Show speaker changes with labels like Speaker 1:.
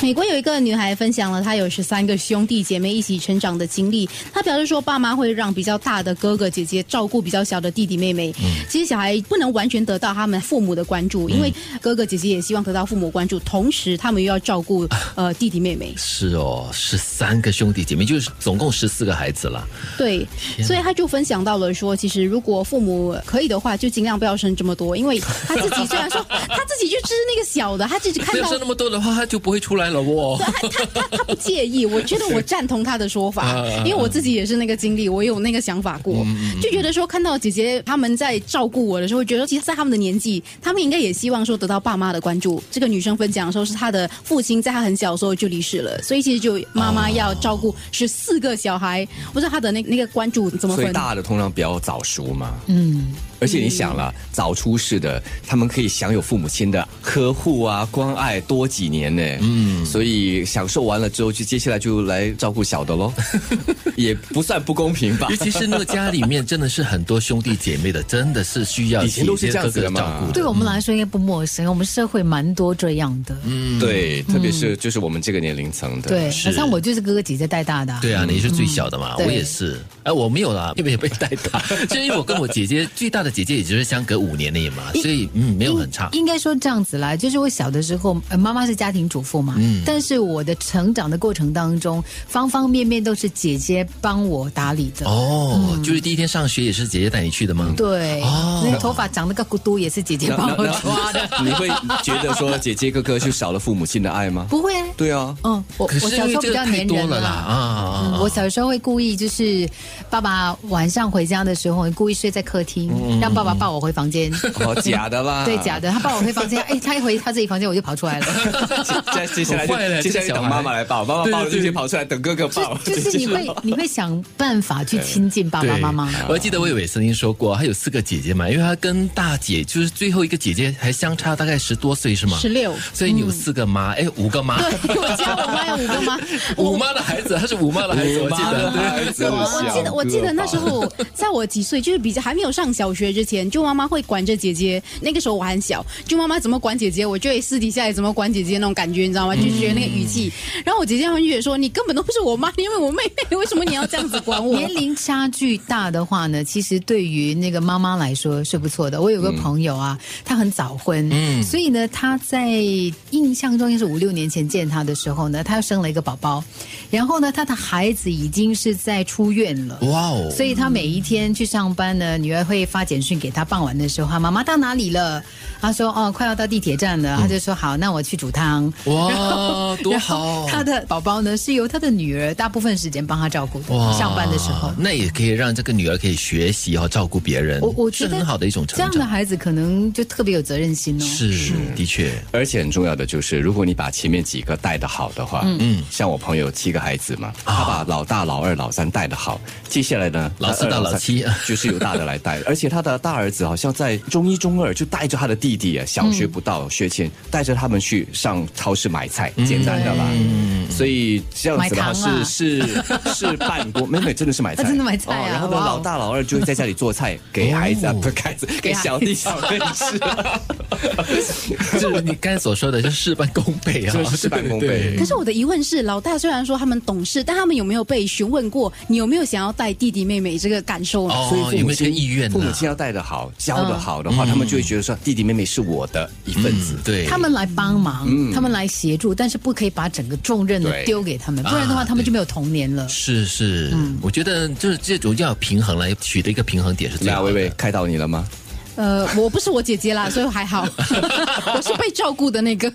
Speaker 1: 美国有一个女孩分享了她有十三个兄弟姐妹一起成长的经历。她表示说，爸妈会让比较大的哥哥姐姐照顾比较小的弟弟妹妹。其实小孩不能完全得到他们父母的关注，因为哥哥姐姐也希望得到父母关注，同时他们又要照顾呃弟弟妹妹。
Speaker 2: 是哦，十三个兄弟姐妹，就是总共十四个孩子啦。
Speaker 1: 对，所以他就分享到了说，其实如果父母可以的话，就尽量不要生这么多，因为他自己虽然说他自己就吃那个小的，他自己看
Speaker 2: 不要
Speaker 1: 到
Speaker 2: 生那么多的话，他就不会出来了 哦。
Speaker 1: 他他他他不介意，我觉得我赞同他的说法
Speaker 2: 啊啊啊，嗯
Speaker 1: 因为我自己也是那个经历，我有那个想法过，就觉得说看到姐姐他们在照顾我的时候，觉得其实，在他们的年纪，他们应该也希望说得到爸妈的关注。这个女生分享的时候，是她的父亲在她很小的时候就离世了，所以其实就妈妈要照顾十四个小孩，不知道她的那那个关注怎么
Speaker 3: 所以
Speaker 1: 分。
Speaker 3: 大的通常比较早熟嘛。嗯。而且你想了，早出世的，他们可以享有父母亲的呵护啊、关爱多几年呢。嗯，所以享受完了之后，就接下来就来照顾小的 喽，也不算不公平吧
Speaker 2: 尤？其是那个家里面真的是很多兄弟姐妹的，真的是需要
Speaker 3: 以前都是这样子
Speaker 2: 姐姐哥
Speaker 3: 的
Speaker 2: 哥
Speaker 3: 嘛
Speaker 2: 照顾
Speaker 4: 对我们来说应该不陌生，我们社会蛮多这样的。
Speaker 2: 嗯
Speaker 3: 对，特别是就是我们这个年龄层的。
Speaker 4: 嗯对，
Speaker 2: 是
Speaker 4: 好像我就是哥哥姐姐带大的、啊。
Speaker 2: 对啊，你是最小的嘛，
Speaker 4: 嗯对
Speaker 2: 我也是。哎，我没有啦，因为也被带大， 就因为我跟我姐姐最大的姐姐也只是相隔五年而已嘛，所以嗯，没有很差。
Speaker 4: 应该说这样子啦，就是我小的时候，呃，妈妈是家庭主妇嘛，
Speaker 2: 嗯
Speaker 4: 但是我的成长的过程当中，方方面面都是姐姐帮我打理的。
Speaker 2: 哦，就是第一天上学也是姐姐带你去的吗？
Speaker 4: 嗯对，
Speaker 2: 哦
Speaker 4: 那头发长得个咕嘟也是姐姐
Speaker 3: 那，
Speaker 4: 帮
Speaker 3: 那
Speaker 4: 我
Speaker 3: 那
Speaker 4: 抓的。
Speaker 3: 你会觉得说姐姐哥哥就少了父母亲的爱吗？
Speaker 4: 不会啊，
Speaker 3: 对啊，
Speaker 4: 嗯，我
Speaker 2: 可
Speaker 4: 我
Speaker 2: 是因
Speaker 4: 小
Speaker 2: 为
Speaker 4: 时候
Speaker 2: 这
Speaker 4: 比
Speaker 2: 个
Speaker 4: 较
Speaker 2: 太
Speaker 4: 粘
Speaker 2: 多
Speaker 4: 人
Speaker 2: 了啦
Speaker 4: 啊。
Speaker 2: 啊啊！
Speaker 4: 嗯，我小时候会故意就是，爸爸晚上回家的时候会故意睡在客厅，
Speaker 2: 嗯
Speaker 4: 让爸爸抱我回 房间。
Speaker 3: 哦，假的啦，
Speaker 4: 对，假的，他抱我回房间，哎，他一回他自己房间我就跑出来了。
Speaker 3: 接接下来
Speaker 2: 好坏嘞
Speaker 3: 就接下来
Speaker 2: 这个小
Speaker 3: 就
Speaker 2: 孩
Speaker 3: 等妈妈来抱，妈妈抱了
Speaker 2: 对对
Speaker 3: 就
Speaker 2: 对
Speaker 3: 先跑出来等哥哥抱，
Speaker 4: 就就是 你会你会想办法去亲近爸
Speaker 2: 对
Speaker 4: 爸妈妈。
Speaker 2: 我还记得魏伟曾经说过，他有四个姐姐嘛，因为他跟大姐就是最后一个姐姐还相差大概十多岁是吗？
Speaker 1: 十六，
Speaker 2: 所以你有四个妈，
Speaker 4: 嗯
Speaker 2: 哎，五个妈，
Speaker 1: 对我家哎我妈有五个妈，
Speaker 2: 五妈的孩子，他是五妈的孩子，我记得。对
Speaker 3: 得
Speaker 1: 我我记得我记得那时候在我几岁，就是比较还没有上小学之前，就妈妈会管着姐姐。那个时候我很小，就妈妈怎么管姐姐，我就会私底下也怎么管姐姐那种感觉，你知道吗？就是觉得那个语气。
Speaker 4: 嗯
Speaker 1: 然后我姐姐很远说：“你根本都不是我妈，因为我妹妹，为什么你要这样子管我
Speaker 4: 年龄差距大的话呢，其实对于那个妈妈来说是不错的。我有个朋友啊，她很早婚，所以呢，她在印象中应该是五六年前见她的时候呢，她又生了一个宝宝，然后呢，她的孩子已经是在出院了。
Speaker 2: 哇哦！
Speaker 4: 所以她每一天去上班呢，女儿会发简讯给她。傍晚的时候，她妈妈到哪里了？她说哦，快要到地铁站了。她就说好，那我去煮汤。
Speaker 2: 哦哇，多
Speaker 4: 然后
Speaker 2: 好！
Speaker 4: 他的宝宝呢是由他的女儿大部分时间帮他照顾的，上班的时候。
Speaker 2: 那也可以让这个女儿可以学习和照顾别人，
Speaker 4: 我我
Speaker 2: 是
Speaker 4: 觉得
Speaker 2: 很好的一种成
Speaker 4: 这样的
Speaker 2: 长。
Speaker 4: 孩子可能就特别有责任心哦。
Speaker 2: 是的确，
Speaker 3: 而且很重要的就是，如果你把前面几个带的好的话，嗯，像我朋友七个孩子嘛，
Speaker 4: 啊
Speaker 3: 他把老大、老二、老三带的好，接下来呢，
Speaker 2: 老四
Speaker 3: 他
Speaker 2: 到
Speaker 3: 二
Speaker 2: 老
Speaker 3: 三
Speaker 2: 七
Speaker 3: 就是由大的来带，而且他的大儿子好像在中一、中二就带着他的弟弟啊，小
Speaker 4: 嗯
Speaker 3: 学不到学前，带着他们去上超市买菜，简单的啦，所以这样子的话
Speaker 4: 嗯买糖啊
Speaker 3: 是是是办公，妹妹真的是买菜，
Speaker 4: 啊真的买菜啊
Speaker 3: 哦然后呢，
Speaker 4: 哇哦哦
Speaker 3: 老大、老二就会在家里做菜给孩子，啊不是给孩子给
Speaker 4: 给孩子
Speaker 3: 小弟、小妹吃。啊
Speaker 2: 就是你刚才所说的，就是事半功倍啊，
Speaker 3: 就是事半功倍
Speaker 2: 对对对
Speaker 1: 可是我的疑问是，老大虽然说他们懂事，但他们有没有被询问过你有没有想要带弟弟妹妹这个感受呢？
Speaker 2: 哦
Speaker 3: 所以父母
Speaker 2: 有没有这个
Speaker 3: 亲
Speaker 2: 意愿呢
Speaker 3: 父母亲要带的好，教的好的话，他们就会觉得说，弟弟妹妹是我的一份子。
Speaker 2: 嗯对，
Speaker 4: 他们来帮忙，
Speaker 2: 嗯
Speaker 4: 他们来协助，但是不可以把整个重任呢
Speaker 3: 对
Speaker 4: 丢给他们，不然的话
Speaker 2: 啊
Speaker 4: 他们就没有童年了。
Speaker 2: 是是，我觉得就是这种要平衡来取得一个平衡点是最
Speaker 3: 那
Speaker 2: 好
Speaker 3: 薇
Speaker 2: 的。
Speaker 3: 薇开导你了吗？
Speaker 1: 呃，我不是我姐姐啦，所以还好，我是被照顾的那个。